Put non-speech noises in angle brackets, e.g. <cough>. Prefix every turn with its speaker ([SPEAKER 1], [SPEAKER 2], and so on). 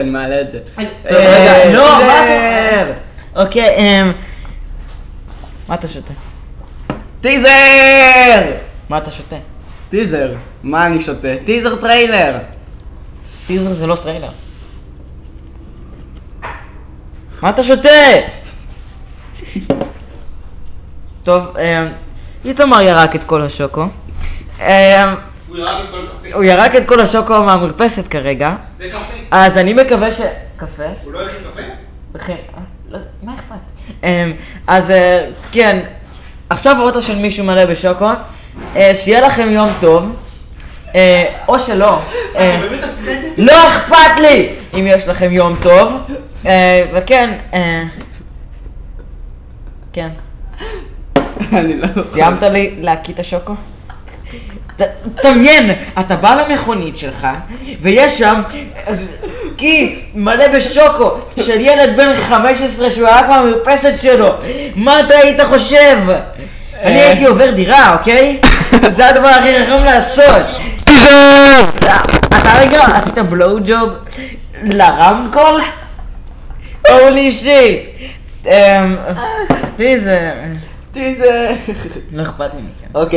[SPEAKER 1] אני מעלה את זה. אה,
[SPEAKER 2] טוב, רגע, לא, מה
[SPEAKER 1] טיזר!
[SPEAKER 2] אתה... אוקיי, אמ... מה אתה שותה?
[SPEAKER 1] טיזר!
[SPEAKER 2] מה אתה שותה?
[SPEAKER 1] טיזר. מה אני שותה? טיזר טריילר! <laughs>
[SPEAKER 2] טיזר זה לא טריילר. מה אתה שותה? טוב, אמ... איתמר ירק את כל השוקו. אמ...
[SPEAKER 3] הוא ירד עם כל קפה.
[SPEAKER 2] הוא ירק את כל השוקו מהמרפסת כרגע,
[SPEAKER 3] זה קפה.
[SPEAKER 2] אז אני מקווה ש... קפה?
[SPEAKER 3] הוא לא הביא קפה?
[SPEAKER 2] וכן, אה, לא, מה אכפת? אמ, אז אה, כן, עכשיו אוטו של מישהו מלא בשוקו, אה, שיהיה לכם יום טוב, אה, או שלא, אה,
[SPEAKER 3] הוא באמת עשית את זה?
[SPEAKER 2] לא אכפת לי אם יש לכם יום טוב, אה, וכן, אה, כן,
[SPEAKER 1] אני לא יכול.
[SPEAKER 2] סיימת לי להקיא את השוקו? ת- דמיין, אתה בא למכונית שלך, ויש שם אז, קי מלא בשוקו של ילד בן 15 שהוא היה כבר במרפסת שלו. מה אתה היית חושב? אני הייתי עובר דירה, אוקיי? זה הדבר הכי חכם לעשות. אתה רגע עשית בלואו ג'וב לרמקול? הולי שיט. אמ, תראי, זה...
[SPEAKER 1] טיזר! <laughs>
[SPEAKER 2] לא אכפת לי מכם.
[SPEAKER 1] אוקיי.